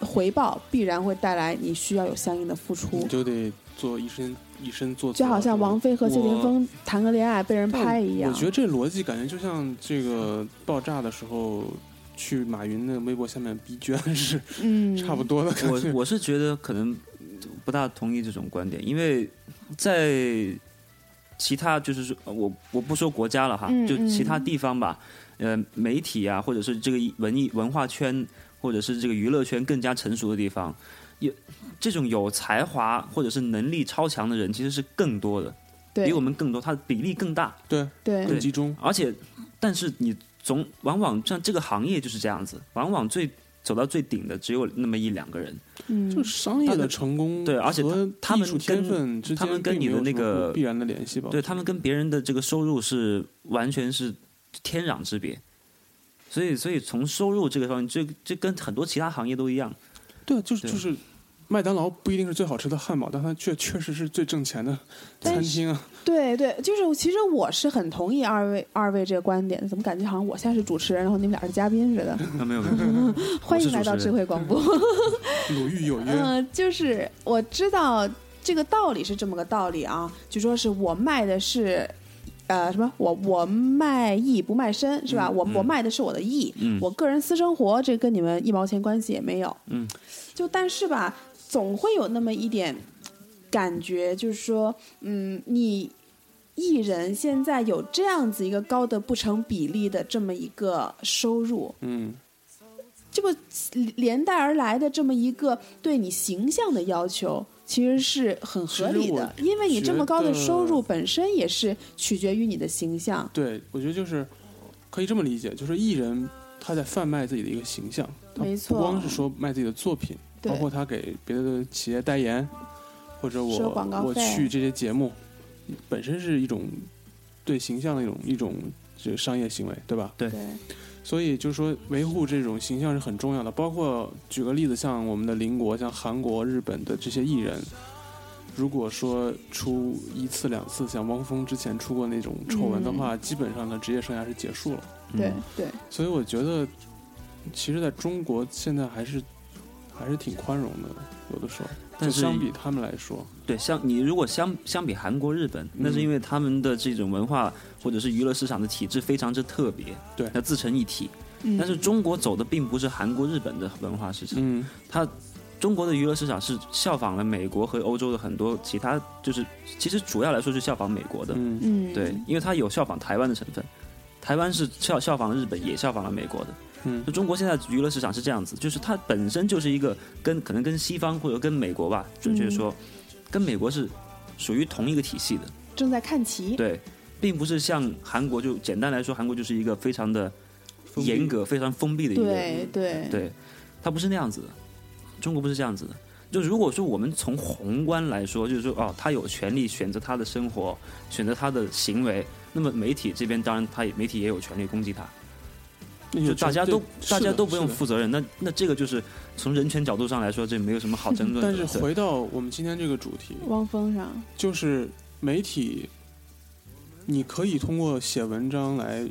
[SPEAKER 4] 回报必然会带来你需要有相应的付
[SPEAKER 3] 你
[SPEAKER 4] 出。
[SPEAKER 3] 就得做以身以身作则，
[SPEAKER 4] 就好像王菲和谢霆
[SPEAKER 5] 我
[SPEAKER 4] 锋谈个恋爱被人拍一样，
[SPEAKER 3] 我觉得这逻辑感觉就像这个爆炸的时候去马云的微博下面逼 捐是
[SPEAKER 4] 嗯，
[SPEAKER 3] 差不多的 感觉。
[SPEAKER 5] 我我是觉得可能不大同意这种观点，因为在其他就是说，我我不说国家了哈，
[SPEAKER 4] 嗯
[SPEAKER 5] 就
[SPEAKER 4] 嗯
[SPEAKER 5] 其他地方吧，呃，媒体啊，或者是这个文艺文化圈，或者是这个娱乐圈更加成熟的地方，有这种有才华或者是能力超强的人，其实是更多的，
[SPEAKER 4] 对
[SPEAKER 5] 比我们更多，他的比例更大。
[SPEAKER 3] 对，
[SPEAKER 4] 对
[SPEAKER 3] 更集中。
[SPEAKER 5] 而且，但是你总往往像这个行业就是这样子，往往最走到最顶的只有那么一两个人。
[SPEAKER 4] 嗯，
[SPEAKER 3] 就商业的成功，
[SPEAKER 5] 对而且
[SPEAKER 3] 和
[SPEAKER 5] 他他们
[SPEAKER 3] 艺术天分之间，
[SPEAKER 5] 他们跟你的那个
[SPEAKER 3] 必然的联系吧？
[SPEAKER 5] 对他们跟别人的这个收入是完全是天壤之别，所以所以从收入这个方面，这这跟很多其他行业都 一样。
[SPEAKER 3] 对，就是
[SPEAKER 5] 对
[SPEAKER 3] 就是，麦当劳不一定是最好吃的汉堡，但它确确实是最挣钱的餐厅 啊。
[SPEAKER 4] 对对，就是其实我是很同意二位二位这个观点，怎么感觉好像我现在是主持人，然后你们俩是嘉宾似的？
[SPEAKER 5] 啊，没有没有，
[SPEAKER 4] 欢迎来到
[SPEAKER 5] 我是主持
[SPEAKER 4] 智
[SPEAKER 5] 人
[SPEAKER 4] 慧广播。
[SPEAKER 3] 鲁豫有约，
[SPEAKER 4] 嗯、就是我知道这个道理是这么个道理啊，就说是我卖的是呃什么我我卖艺不卖身是吧？我我
[SPEAKER 5] 嗯
[SPEAKER 4] 卖的是我的艺，
[SPEAKER 5] 嗯
[SPEAKER 4] 我个人私生活这跟你们一毛钱关系也没有。
[SPEAKER 5] 嗯，
[SPEAKER 4] 就但是吧，总会有那么一点感觉，就是说，嗯，你艺人现在有这样子一个高的不成比例的这么一个收入，
[SPEAKER 3] 嗯
[SPEAKER 4] 这个连带而来的这么一个对你形象的要求，其实是很合理的，
[SPEAKER 3] 其实我
[SPEAKER 4] 因为你这么高的
[SPEAKER 3] 觉得
[SPEAKER 4] 收入本身也是取决于你的形象。
[SPEAKER 3] 对，我觉得就是可以这么理解，就是艺人他在贩卖自己的一个形象，他
[SPEAKER 4] 没
[SPEAKER 3] 不
[SPEAKER 4] 错
[SPEAKER 3] 光是说卖自己的作品，
[SPEAKER 4] 对
[SPEAKER 3] 包括他给别的企业代言，或者
[SPEAKER 4] 收
[SPEAKER 3] 我
[SPEAKER 4] 广告
[SPEAKER 3] 我
[SPEAKER 4] 费
[SPEAKER 3] 去这些节目，本身是一种对形象的一种一种这个商业行为，对吧？
[SPEAKER 4] 对，
[SPEAKER 3] 所以就是说，维护这种形象是很重要的。包括举个例子，像我们的邻国，像韩国、日本的这些艺人，如果说出一次两次，像汪峰之前出过那种丑闻的话，基本上他职业生涯是结束了。
[SPEAKER 4] 对
[SPEAKER 5] 嗯，
[SPEAKER 4] 对，
[SPEAKER 3] 所以我觉得，其实在中国现在还是还是挺宽容的，有的时候。
[SPEAKER 5] 但
[SPEAKER 3] 就是相比他们来说，
[SPEAKER 5] 对，相你如果相相比韩国、日
[SPEAKER 3] 嗯
[SPEAKER 5] 本，那是因为他们的这种文化或者是娱乐市场的体制非常之特别，
[SPEAKER 3] 对
[SPEAKER 5] 它自成一体。
[SPEAKER 4] 嗯
[SPEAKER 5] 但是中国走的并不是韩国、日本的文化市场，
[SPEAKER 3] 嗯，
[SPEAKER 5] 它中国的娱乐市场是效仿了美国和欧洲的很多其他，就是其实主要来说是效仿美国的，
[SPEAKER 3] 嗯，
[SPEAKER 4] 嗯，
[SPEAKER 5] 对，因为它有效仿台湾的成分。台湾是效效仿了日本，也效仿了美国的。
[SPEAKER 3] 嗯
[SPEAKER 5] 就中国现在娱乐市场是这样子，就是它本身就是一个跟可能跟西方或者跟美国吧，准确说，
[SPEAKER 3] 嗯
[SPEAKER 5] 跟美国是属于同一个体系的，
[SPEAKER 4] 正在看
[SPEAKER 3] 嗯
[SPEAKER 4] 齐。
[SPEAKER 5] 对，并不是像韩国就简单来说，韩国就是一个非常的
[SPEAKER 3] 封闭
[SPEAKER 5] 严格、非常封闭的一个
[SPEAKER 4] 对对
[SPEAKER 5] 对，它不是那样子的，中国不是这样子的。就如果说我们从宏观来说，就是说哦，他有权利选择他的生活，选择他的行为，那么媒体这边当然他也媒体也有权利攻击他，
[SPEAKER 3] 那
[SPEAKER 5] 就
[SPEAKER 3] 就
[SPEAKER 5] 大家
[SPEAKER 3] 对
[SPEAKER 5] 都
[SPEAKER 3] 是
[SPEAKER 5] 大家
[SPEAKER 3] 的
[SPEAKER 5] 都不用
[SPEAKER 3] 是的
[SPEAKER 5] 负责任。那那这个就是从人权角度上来说，这没有什么好争论的。
[SPEAKER 3] 但是
[SPEAKER 5] 对
[SPEAKER 3] 回到我们今天这个主题，
[SPEAKER 4] 汪峰上，
[SPEAKER 3] 就是媒体，你可以通过写文章来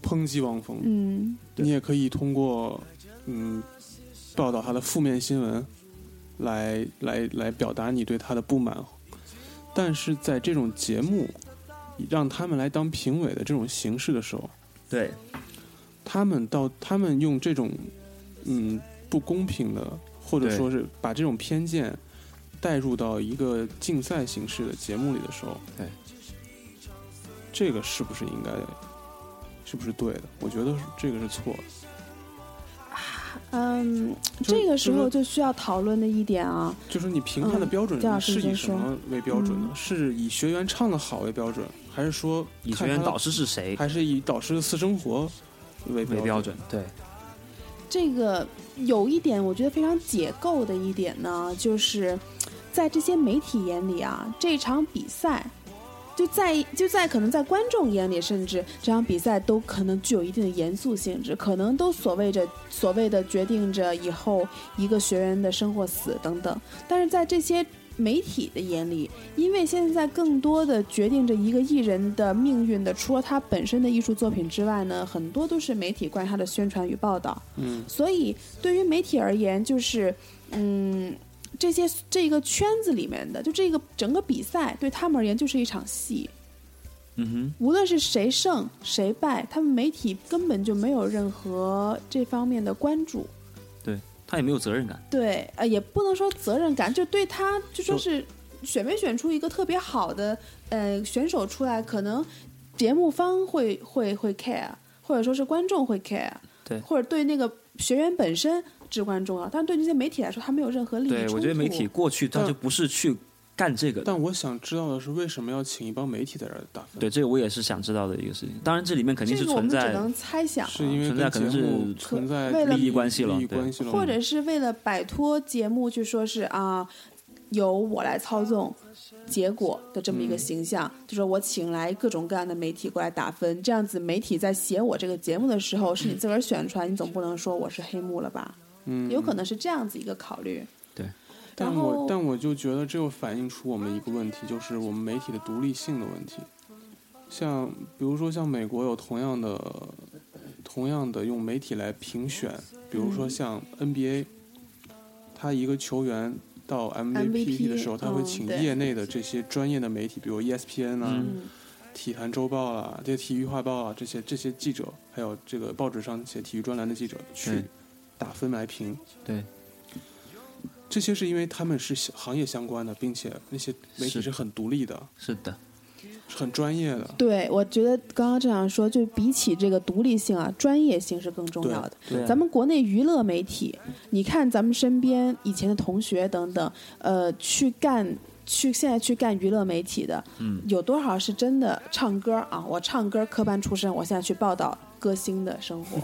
[SPEAKER 3] 抨击汪峰，
[SPEAKER 4] 嗯，
[SPEAKER 5] 对
[SPEAKER 3] 你也可以通过嗯报道他的负面新闻来来来表达你对他的不满，但是在这种节目让他们来当评委的这种形式的时候，
[SPEAKER 5] 对
[SPEAKER 3] 他们到他们用这种嗯不公平的，或者
[SPEAKER 5] 对
[SPEAKER 3] 说是把这种偏见带入到一个竞赛形式的节目里的时候，
[SPEAKER 5] 对，
[SPEAKER 3] 这个是不是应该，是不是对的？我觉得是这个是错的。
[SPEAKER 4] 嗯，
[SPEAKER 3] 就
[SPEAKER 4] 这个时候
[SPEAKER 3] 就
[SPEAKER 4] 就需要讨论的一点啊，
[SPEAKER 3] 就是你评判的
[SPEAKER 4] 嗯
[SPEAKER 3] 标准
[SPEAKER 4] 姜老师
[SPEAKER 3] 是
[SPEAKER 4] 先
[SPEAKER 3] 以什
[SPEAKER 4] 说嗯
[SPEAKER 3] 么为标准呢？是以学员唱的好为标准，还是说
[SPEAKER 5] 以学
[SPEAKER 3] 看
[SPEAKER 5] 员
[SPEAKER 3] 他的
[SPEAKER 5] 导师是谁
[SPEAKER 3] 还是以导师的私生活为
[SPEAKER 5] 为标
[SPEAKER 3] 标
[SPEAKER 5] 准？？对，
[SPEAKER 4] 这个有一点我觉得非常解构的一点呢，就是在这些媒体眼里啊，这场比赛。就在就在可能在观众眼里，甚至这场比赛都可能具有一定的严肃性质，可能都所谓着所谓的决定着以后一个学员的生或死等等。但是在这些媒体的眼里，因为现在更多的决定着一个艺人的命运的，除了他本身的艺术作品之外呢，很多都是媒体关于他的宣传与报道。
[SPEAKER 3] 嗯，
[SPEAKER 4] 所以对于媒体而言，就是嗯，这些这个圈子里面的，就这个整个比赛对他们而言就是一场戏。
[SPEAKER 5] 嗯哼，
[SPEAKER 4] 无论是谁胜谁败，他们媒体根本就没有任何这方面的关注。
[SPEAKER 5] 对他也没有责任感。
[SPEAKER 4] 对，呃，也不能说责任感，就对他就说是选没选出一个特别好的呃选手出来，可能节目方会会会 care，或者说是观众会 care，
[SPEAKER 5] 对
[SPEAKER 4] 或者对那个学员本身至关重要，但对那些媒体来说，他没有任何利益
[SPEAKER 5] 对，我觉得
[SPEAKER 4] 冲
[SPEAKER 5] 媒
[SPEAKER 4] 突
[SPEAKER 5] 体过去他
[SPEAKER 3] 但
[SPEAKER 5] 就不是去干这个的。
[SPEAKER 3] 但我想知道的是，为什么要请一帮媒体在这儿打分？
[SPEAKER 5] 对，这个我也是想知道的一个事情。当然，这里面肯定
[SPEAKER 4] 这
[SPEAKER 5] 是
[SPEAKER 4] 个我们
[SPEAKER 5] 存
[SPEAKER 4] 只
[SPEAKER 5] 在，
[SPEAKER 4] 能猜想啊
[SPEAKER 3] 是因为
[SPEAKER 5] 存在可
[SPEAKER 3] 跟
[SPEAKER 5] 能
[SPEAKER 3] 节目
[SPEAKER 5] 是
[SPEAKER 3] 存在
[SPEAKER 4] 为了
[SPEAKER 5] 利益关系了
[SPEAKER 3] 利益
[SPEAKER 5] 对
[SPEAKER 3] 关系了，
[SPEAKER 4] 或者是为了摆脱节目，去说是啊，由我来操纵结果的这么一个形象，
[SPEAKER 5] 嗯
[SPEAKER 4] 就是我请来各种各样的媒体过来打分，这样子媒体在写我这个节目的时候，是你自个儿选出来，你总不能说我是黑幕了吧？
[SPEAKER 3] 嗯，
[SPEAKER 4] 有可能是这样子一个考虑。
[SPEAKER 3] 但
[SPEAKER 4] 然
[SPEAKER 3] 我
[SPEAKER 4] 后
[SPEAKER 3] 但我就觉得这又反映出我们一个问题，就是我们媒体的独立性的问题。像比如说像美国有同样的同样的用媒体来评选，比如
[SPEAKER 4] 嗯
[SPEAKER 3] 说像 NBA，他一个球员到 MVP 的时候，他会
[SPEAKER 4] 嗯
[SPEAKER 3] 请
[SPEAKER 4] 对
[SPEAKER 3] 业内的这些专业的媒体，比如 ESPN 啊、
[SPEAKER 5] 嗯
[SPEAKER 4] 嗯，
[SPEAKER 3] 体坛周报啦、这些体育快报啊，这些这些记者，还有这个报纸上写体育专栏的记者去
[SPEAKER 5] 对
[SPEAKER 3] 打分来评。
[SPEAKER 5] 对，
[SPEAKER 3] 这些是因为他们是行业相关的，并且那些媒体
[SPEAKER 5] 是
[SPEAKER 3] 是很独立的、
[SPEAKER 5] 是的，
[SPEAKER 3] 是很专业的。
[SPEAKER 4] 对，我觉得刚刚这样说，就比起这个独立性啊，专业性是更重
[SPEAKER 3] 对
[SPEAKER 4] 要的。
[SPEAKER 5] 对啊
[SPEAKER 4] 咱们国内娱乐媒体，你看咱们身边以前的同学等等，呃，去干去现在去干娱乐媒体的，
[SPEAKER 5] 嗯
[SPEAKER 4] 有多少是真的唱歌啊？我唱歌科班出身，我现在去报道歌星的生 活，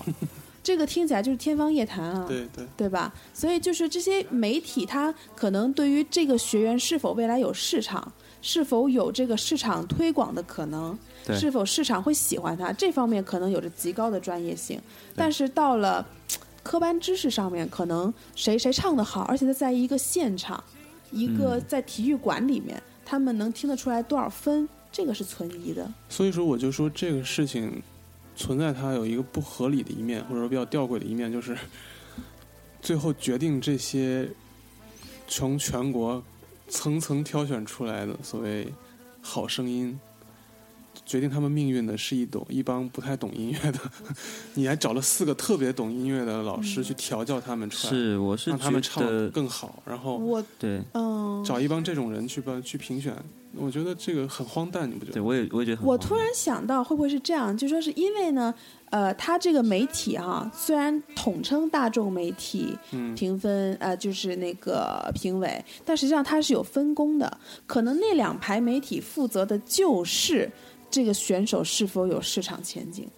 [SPEAKER 4] 这个听起来就是天方夜谭啊。
[SPEAKER 3] 对对，
[SPEAKER 4] 对吧？所以就是这些媒体，它可能对于这个学员是否未来有市场，是否有这个市场推广的可能，
[SPEAKER 5] 对
[SPEAKER 4] 是否市场会喜欢他，这方面可能有着极高的专业性。但是到了嘖科班知识上面，可能谁谁唱得好，而且他在一个现场，一个在体育馆里面，他们能听得出来多少分，这个是存疑的。
[SPEAKER 3] 所以说我就说这个事情存在它有一个不合理的一面，或者说比较吊诡的一面，就是最后决定这些从全国层层挑选出来的所谓好声音。决定他们命运的是一懂一帮不太懂音乐的， 你还找了四个特别懂音乐的老师去调教他们出来，
[SPEAKER 5] 是我是
[SPEAKER 3] 让他们
[SPEAKER 5] 觉
[SPEAKER 3] 唱得
[SPEAKER 5] 得
[SPEAKER 3] 更好，然后
[SPEAKER 4] 我
[SPEAKER 5] 对
[SPEAKER 4] 嗯，
[SPEAKER 3] 找一帮这种人去帮去评选，我觉得这个很荒诞，你不觉
[SPEAKER 5] 对，
[SPEAKER 3] 得？
[SPEAKER 5] 我也我也觉得很
[SPEAKER 4] 我
[SPEAKER 5] 荒
[SPEAKER 4] 突
[SPEAKER 5] 谬
[SPEAKER 4] 然想到，会不会是这样？就说是因为呢，呃，它这个媒体啊，虽然统称大众媒体
[SPEAKER 3] 嗯，
[SPEAKER 4] 评分，呃，就是那个评委，但实际上它是有分工的。可能那两排媒体负责的就是这个选手是否有市场前景。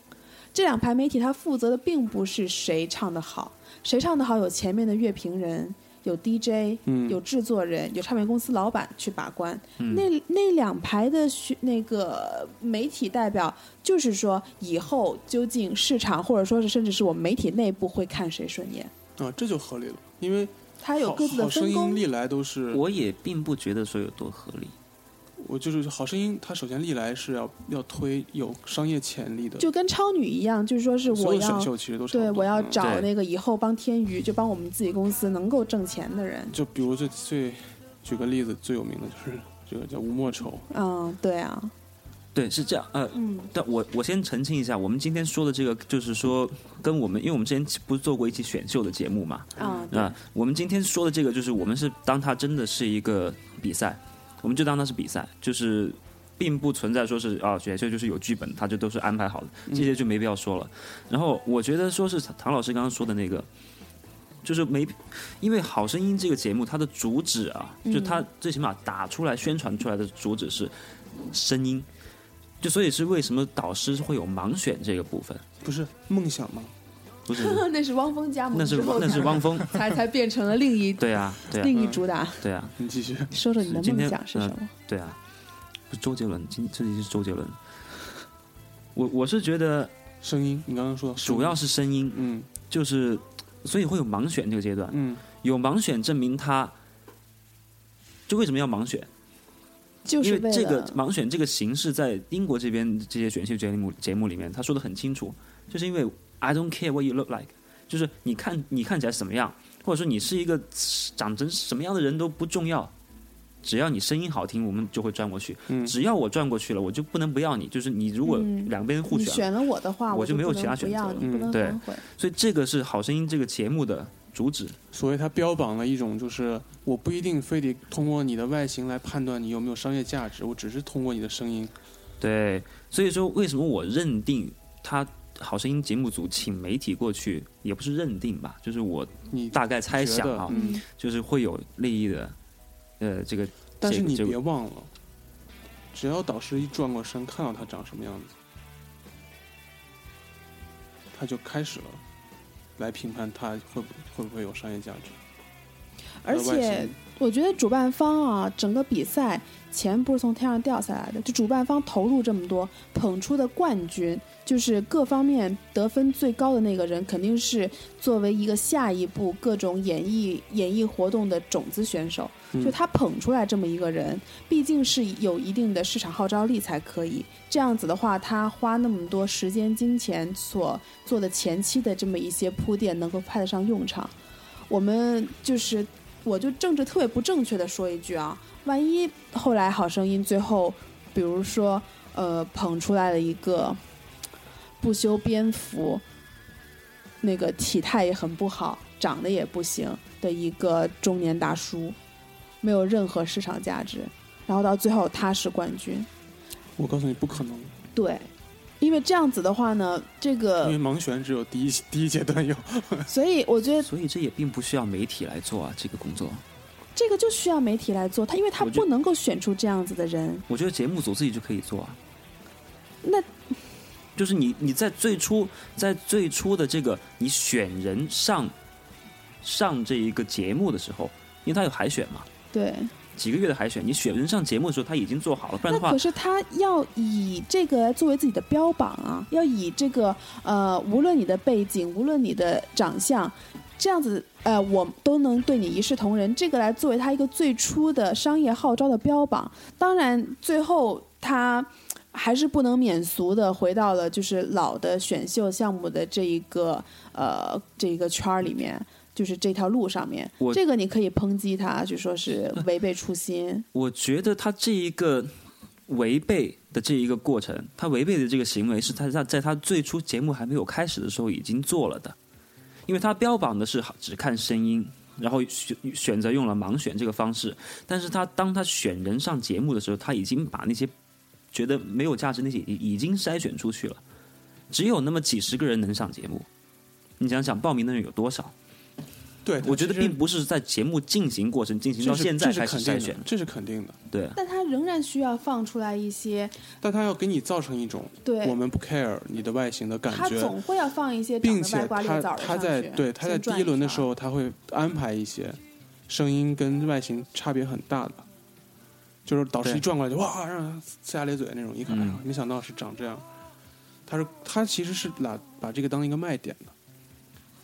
[SPEAKER 4] 这两排媒体它负责的并不是谁唱得好，谁唱得好有前面的乐评人，有 DJ，
[SPEAKER 3] 嗯
[SPEAKER 4] 有制作人，有唱片公司老板去把关。
[SPEAKER 5] 嗯
[SPEAKER 4] 那那两排的学那个媒体代表，就是说以后究竟市场或者说是甚至是我们媒体内部会看谁顺眼，
[SPEAKER 3] 啊，这就合理了，因为
[SPEAKER 4] 它有
[SPEAKER 3] 好
[SPEAKER 4] 各自的
[SPEAKER 3] 好声
[SPEAKER 4] 分
[SPEAKER 3] 音
[SPEAKER 4] 工。
[SPEAKER 3] 历来都是我
[SPEAKER 5] 我也并不觉得说有多合理，
[SPEAKER 3] 就是好声音，它首先历来是要要推有商业潜力的，
[SPEAKER 4] 就跟超女一样，就是说是
[SPEAKER 3] 所
[SPEAKER 4] 我
[SPEAKER 3] 有选
[SPEAKER 4] 要
[SPEAKER 3] 秀其实都是
[SPEAKER 4] 对我要
[SPEAKER 3] 嗯
[SPEAKER 4] 找
[SPEAKER 5] 对
[SPEAKER 4] 那个以后帮天娱就帮我们自己公司能够挣钱的人。
[SPEAKER 3] 就比如最最举个例子最有名的就是这个叫吴莫愁，
[SPEAKER 4] 嗯，对啊，
[SPEAKER 5] 对，是这样，呃，
[SPEAKER 4] 嗯，
[SPEAKER 5] 但我我先澄清一下，我们今天说的这个，就是说跟我们，因为我们之前不是做过一期选秀的节目嘛，
[SPEAKER 4] 啊，
[SPEAKER 5] 啊、我们今天说的这个，就是我们是当它真的是一个比赛，我们就当它是比赛，就是并不存在说是啊选秀就是有剧本，它就都是安排好的，这些就没必要说了。然后我觉得说是唐老师刚刚说的那个，就是没，因为《好声音》这个节目它的主旨啊，就它最起码打出来、宣传出来的主旨是声音。就所以是为什么导师会有盲选这个部分？
[SPEAKER 3] 不是梦想吗？
[SPEAKER 5] 不是，不是
[SPEAKER 4] 那是汪峰加盟
[SPEAKER 5] 那是
[SPEAKER 4] 之后
[SPEAKER 5] 那
[SPEAKER 4] 才
[SPEAKER 5] 是汪峰，
[SPEAKER 4] 才才变成了另一
[SPEAKER 5] 对啊，对啊，
[SPEAKER 4] 另一主打。
[SPEAKER 5] 对啊。
[SPEAKER 3] 你继续，
[SPEAKER 4] 说说你的
[SPEAKER 5] 今
[SPEAKER 4] 梦
[SPEAKER 5] 天
[SPEAKER 4] 想是什么？
[SPEAKER 5] 对啊，不是周杰伦，今这里是周杰伦。我我是觉得
[SPEAKER 3] 声音，你刚刚说到声音
[SPEAKER 5] 主要是声音，
[SPEAKER 3] 嗯
[SPEAKER 5] 就是所以会有盲选这个阶段，
[SPEAKER 3] 嗯，
[SPEAKER 5] 有盲选证明他就为什么要盲选，
[SPEAKER 4] 就
[SPEAKER 5] 因
[SPEAKER 4] 是
[SPEAKER 5] 为这个
[SPEAKER 4] 了
[SPEAKER 5] 盲选这个形式在英国这边这些选秀节目节目里面，他说的很清楚，就是因为 I don't care what you look like，就是你看你看起来什么样，或者说你是一个长成什么样的人都不重要，只要你声音好听，我们就会转过去。
[SPEAKER 3] 嗯
[SPEAKER 5] 只要我转过去了，我就不能不要你。就是你如果
[SPEAKER 4] 嗯
[SPEAKER 5] 两边互
[SPEAKER 4] 你
[SPEAKER 5] 选，
[SPEAKER 4] 选了我的话，
[SPEAKER 5] 我就
[SPEAKER 4] 就
[SPEAKER 5] 没有
[SPEAKER 4] 不能
[SPEAKER 5] 其他选
[SPEAKER 4] 不要
[SPEAKER 5] 择了
[SPEAKER 4] 你不
[SPEAKER 3] 嗯
[SPEAKER 4] 能
[SPEAKER 5] 对
[SPEAKER 4] 反悔。
[SPEAKER 5] 所以这个是《好声音》这个节目的主旨。
[SPEAKER 3] 所谓它标榜了一种就是我不一定非得通过你的外形来判断你有没有商业价值，我只是通过你的声音，
[SPEAKER 5] 对，所以说为什么我认定他《好声音》节目组请媒体过去，也不是认定吧，就是我
[SPEAKER 3] 你
[SPEAKER 5] 大概猜
[SPEAKER 3] 觉
[SPEAKER 5] 想
[SPEAKER 3] 得
[SPEAKER 5] 啊，
[SPEAKER 3] 嗯，
[SPEAKER 5] 就是会有利益的，呃，这个
[SPEAKER 3] 但是
[SPEAKER 5] 这个
[SPEAKER 3] 你
[SPEAKER 5] 这个
[SPEAKER 3] 别忘了，只要导师一转过身，看到他长什么样子，他就开始了来评判他会不会不会有商业价值。
[SPEAKER 4] 而
[SPEAKER 3] 他的外
[SPEAKER 4] 且
[SPEAKER 3] 形
[SPEAKER 4] 我觉得主办方啊，整个比赛钱不是从天上掉下来的，就主办方投入这么多，捧出的冠军就是各方面得分最高的那个人，肯定是作为一个下一步各种演艺演艺活动的种子选手。
[SPEAKER 3] 嗯
[SPEAKER 4] 就他捧出来这么一个人，毕竟是有一定的市场号召力才可以。这样子的话，他花那么多时间、金钱所做的前期的这么一些铺垫，能够派得上用场。我们就是，我就政治特别不正确的说一句啊，万一后来《好声音》最后，比如说呃捧出来了一个不修边幅，那个体态也很不好，长得也不行的一个中年大叔，没有任何市场价值。然后到最后他是冠军，
[SPEAKER 3] 我告诉你不可能，
[SPEAKER 4] 对，因为这样子的话呢，这
[SPEAKER 3] 因
[SPEAKER 5] 呃
[SPEAKER 3] 为
[SPEAKER 4] 个
[SPEAKER 3] 盲选只有第一 第一阶段有。
[SPEAKER 4] 所以我觉得
[SPEAKER 5] 所以这也并不需要媒体来做啊，这个工作。
[SPEAKER 4] 这个就需要媒体来做，他因为他
[SPEAKER 5] 我觉
[SPEAKER 4] 不能够选出这样子的人，
[SPEAKER 5] 我觉得节目组自己就可以做啊。
[SPEAKER 4] 那
[SPEAKER 5] 就是你你在最初在最初的这个你选人上上这一个节目的时候，因为他有海选嘛，
[SPEAKER 4] 对。
[SPEAKER 5] 几个月的海选，你选人上节目的时候他已经做好了，不然
[SPEAKER 4] 那
[SPEAKER 5] 的话
[SPEAKER 4] 可，是他要以这个来作为自己的标榜啊，要以这个呃，无论你的背景，无论你的长相，这样子呃，我都能对你一视同仁，这个来作为他一个最初的商业号召的标榜。当然，最后他还是不能免俗的回到了就是老的选秀项目的这一个呃这一个圈儿里面。就是这条路上面
[SPEAKER 5] 我，
[SPEAKER 4] 这个你可以抨击他，就说是违背初心。
[SPEAKER 5] 我觉得他这一个违背的这一个过程，他违背的这个行为是他在在他最初节目还没有开始的时候已经做了的，因为他标榜的是只看声音。然后选选择用了盲选这个方式，但是他当他选人上节目的时候，他已经把那些觉得没有价值那些已已经筛选出去了，只有那么几十个人能上节目。你想想，报名的人有多少？
[SPEAKER 3] 对，
[SPEAKER 5] 我觉得
[SPEAKER 3] 其实
[SPEAKER 5] 并不是在节目进行过程进行
[SPEAKER 3] 这
[SPEAKER 5] 到
[SPEAKER 3] 是
[SPEAKER 5] 现在
[SPEAKER 3] 这是
[SPEAKER 5] 开始
[SPEAKER 3] 肯
[SPEAKER 5] 筛
[SPEAKER 3] 定的
[SPEAKER 5] 选，，
[SPEAKER 3] 这是肯定的。
[SPEAKER 5] 对，
[SPEAKER 4] 但他仍然需要放出来一些
[SPEAKER 3] 但他要给你造成一种
[SPEAKER 4] 对，
[SPEAKER 3] 我们不 care 你的外形的感
[SPEAKER 4] 他
[SPEAKER 3] 觉，
[SPEAKER 4] 总会要放一些长
[SPEAKER 3] 并
[SPEAKER 4] 得
[SPEAKER 3] 且
[SPEAKER 4] 歪瓜裂
[SPEAKER 3] 他
[SPEAKER 4] 枣的
[SPEAKER 3] 他
[SPEAKER 4] 上
[SPEAKER 3] 在
[SPEAKER 4] 去
[SPEAKER 3] 对他在
[SPEAKER 4] 先
[SPEAKER 3] 第
[SPEAKER 4] 转
[SPEAKER 3] 一轮的
[SPEAKER 4] 圈
[SPEAKER 3] 时候，他会安排一些声音跟外形差别很大的，就是导师
[SPEAKER 5] 对
[SPEAKER 3] 一转过来就哇让呲牙咧嘴那种，一看、哎呀
[SPEAKER 5] 嗯
[SPEAKER 3] 没想到是长这样。他是他其实是把把这个当一个卖点的，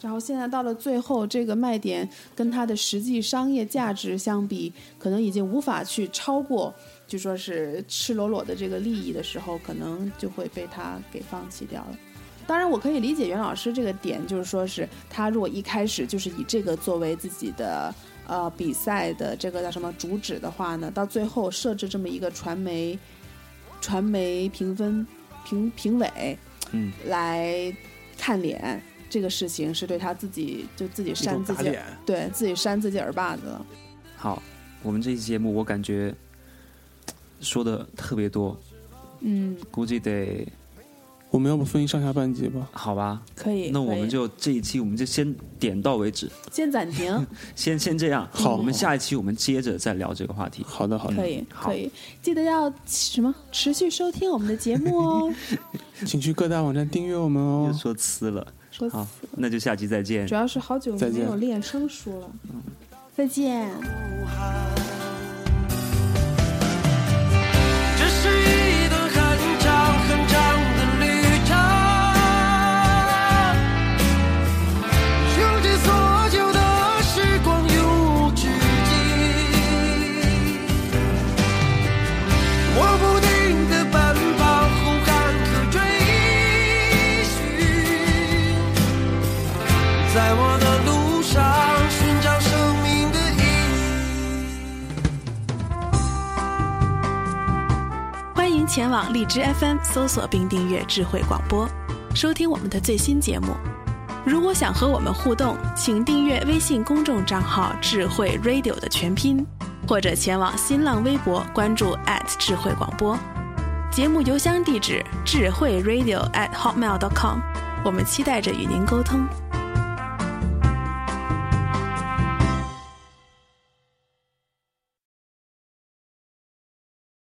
[SPEAKER 4] 然后现在到了最后，这个卖点跟它的实际商业价值相比，可能已经无法去超过，就说是赤裸裸的这个利益的时候，可能就会被他给放弃掉了。当然，我可以理解袁老师这个点，就是说是他如果一开始就是以这个作为自己的呃比赛的这个叫什么主旨的话呢，到最后设置这么一个传媒传媒评分评评委，
[SPEAKER 5] 嗯，
[SPEAKER 4] 来看脸这个事情，是对他自己就自己
[SPEAKER 3] 一种
[SPEAKER 4] 扇自
[SPEAKER 3] 打
[SPEAKER 4] 己
[SPEAKER 3] 脸。
[SPEAKER 4] 对自己扇自己耳巴子了。
[SPEAKER 5] 好，我们这期节目我感觉说的特别多，
[SPEAKER 4] 嗯，
[SPEAKER 5] 估计得
[SPEAKER 3] 我们要不分一上下半集吧？
[SPEAKER 5] 好吧。
[SPEAKER 4] 可以。
[SPEAKER 5] 那我
[SPEAKER 4] 可
[SPEAKER 5] 们
[SPEAKER 4] 以
[SPEAKER 5] 就这一期我们就先点到为止，
[SPEAKER 4] 先暂停，
[SPEAKER 5] 先先这样。
[SPEAKER 3] 好
[SPEAKER 5] 我们下一期我们接着再聊这个话题。
[SPEAKER 3] 好的，好的，
[SPEAKER 4] 可以
[SPEAKER 5] 嗯好
[SPEAKER 4] 可以，记得要什么持续收听我们的节目 哦。
[SPEAKER 3] 请去各大网站订阅我们
[SPEAKER 5] 又
[SPEAKER 3] 哦。
[SPEAKER 5] 说呲了，
[SPEAKER 4] 说
[SPEAKER 5] 好，那就下期再嗯见
[SPEAKER 4] 主。要是好久
[SPEAKER 3] 再
[SPEAKER 4] 没
[SPEAKER 3] 见
[SPEAKER 4] 有练声书了。再见。
[SPEAKER 2] 这是一段很长很长的旅程，用尽所有的时光永无止境。我不停地奔跑，呼喊和追寻，在我的路上寻找生命的意义。
[SPEAKER 6] 欢迎前往荔枝 FM 搜索并订阅“智慧广播”，收听我们的最新节目。如果想和我们互动，请订阅微信公众账号“智慧 Radio” 的全拼，或者前往新浪微博关注智慧广播。节目邮箱地址：智慧 Radio at hotmail.com。我们期待着与您沟通。